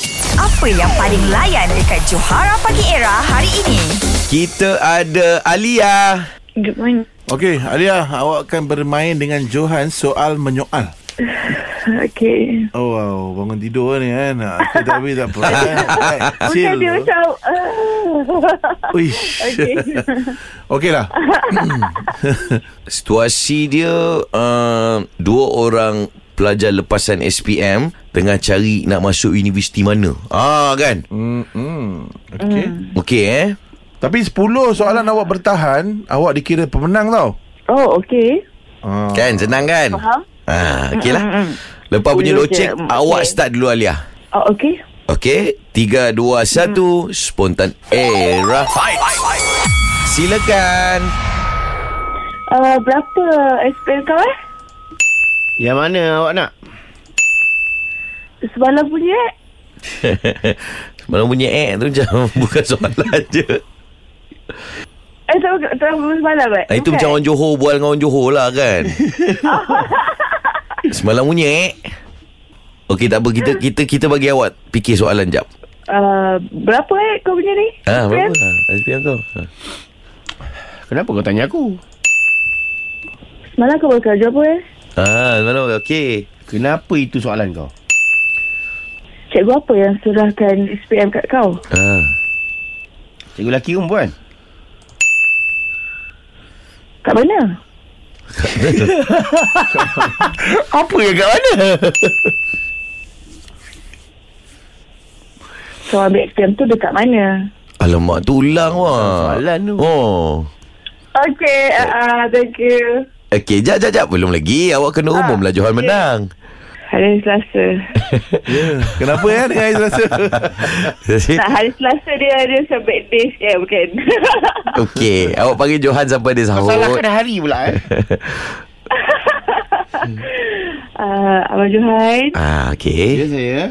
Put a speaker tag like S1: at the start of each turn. S1: Siapa yang paling layan dekat Johara Pagi Era hari ini?
S2: Kita ada Alia.
S3: Good morning.
S4: Okey, Alia, awak akan bermain dengan Johan soal menyoal.
S3: Uh, Okay.
S4: Oh, wow, bangun tidur ni kan. Aku tak habis tak apa. eh. Chill
S3: Bukan dia
S4: dulu.
S3: macam... Uh,
S4: Uish.
S3: Okey.
S4: Okey lah.
S2: Situasi dia uh, dua orang pelajar lepasan SPM tengah cari nak masuk universiti mana. Ah kan?
S4: Mm-mm. Mm, Okey.
S2: Okey eh.
S4: Tapi 10 soalan awak bertahan, awak dikira pemenang tau.
S3: oh, okay.
S4: Ah.
S2: Kan senang kan?
S3: Faham.
S2: Ah, okeylah. Lepas punya
S3: Dulu
S2: loceng,
S3: je.
S2: awak
S3: Okey.
S2: start dulu Alia.
S3: Oh, okay.
S2: Okey, 3 2
S3: Mm.
S2: 1 spontan era. Fight. Silakan.
S3: Uh, berapa SPM kau eh?
S5: Yang mana awak nak?
S3: Semalam punya eh?
S2: Semalam punya eh tu macam bukan soalan je.
S3: Eh, tak tak- tak semalam eh?
S2: Ah, itu
S3: Bukan.
S2: macam orang Johor bual dengan orang Johor lah kan. Semalam punya eh. Okey tak apa kita kita kita bagi awak fikir soalan jap.
S3: Uh, berapa eh kau punya ni?
S2: Ah,
S3: SPM?
S2: berapa? Ah, SPM kau. Ah.
S5: Kenapa kau tanya aku?
S3: Semalam kau baru kerja apa eh?
S2: Ah, semalam okey.
S5: Kenapa itu soalan kau?
S3: Cikgu apa yang serahkan SPM kat kau?
S2: Ah.
S5: Cikgu lelaki ke perempuan?
S3: Kat mana?
S5: Apa yang kat mana?
S3: Kau ambil SPM tu dekat mana?
S2: Alamak tu ulang wah.
S5: Soalan tu.
S2: Oh.
S3: Okay, uh,
S2: ah,
S3: uh, thank you.
S2: Okey, jap jap jap belum lagi. Awak kena
S5: Ah,
S2: umum lah Johan menang.
S3: Hari Selasa.
S4: Yeah. Kenapa ya dengan Aiz rasa?
S3: Tak, hari Selasa dia ada sebab day sikit bukan.
S2: Oh. Okey, awak panggil Johan sampai dia
S5: Kau
S2: sahut.
S5: salahkan hari pula eh.
S2: Ya.
S3: uh, Abang Johan,
S2: ah,
S5: Ya
S2: okey.
S5: saya.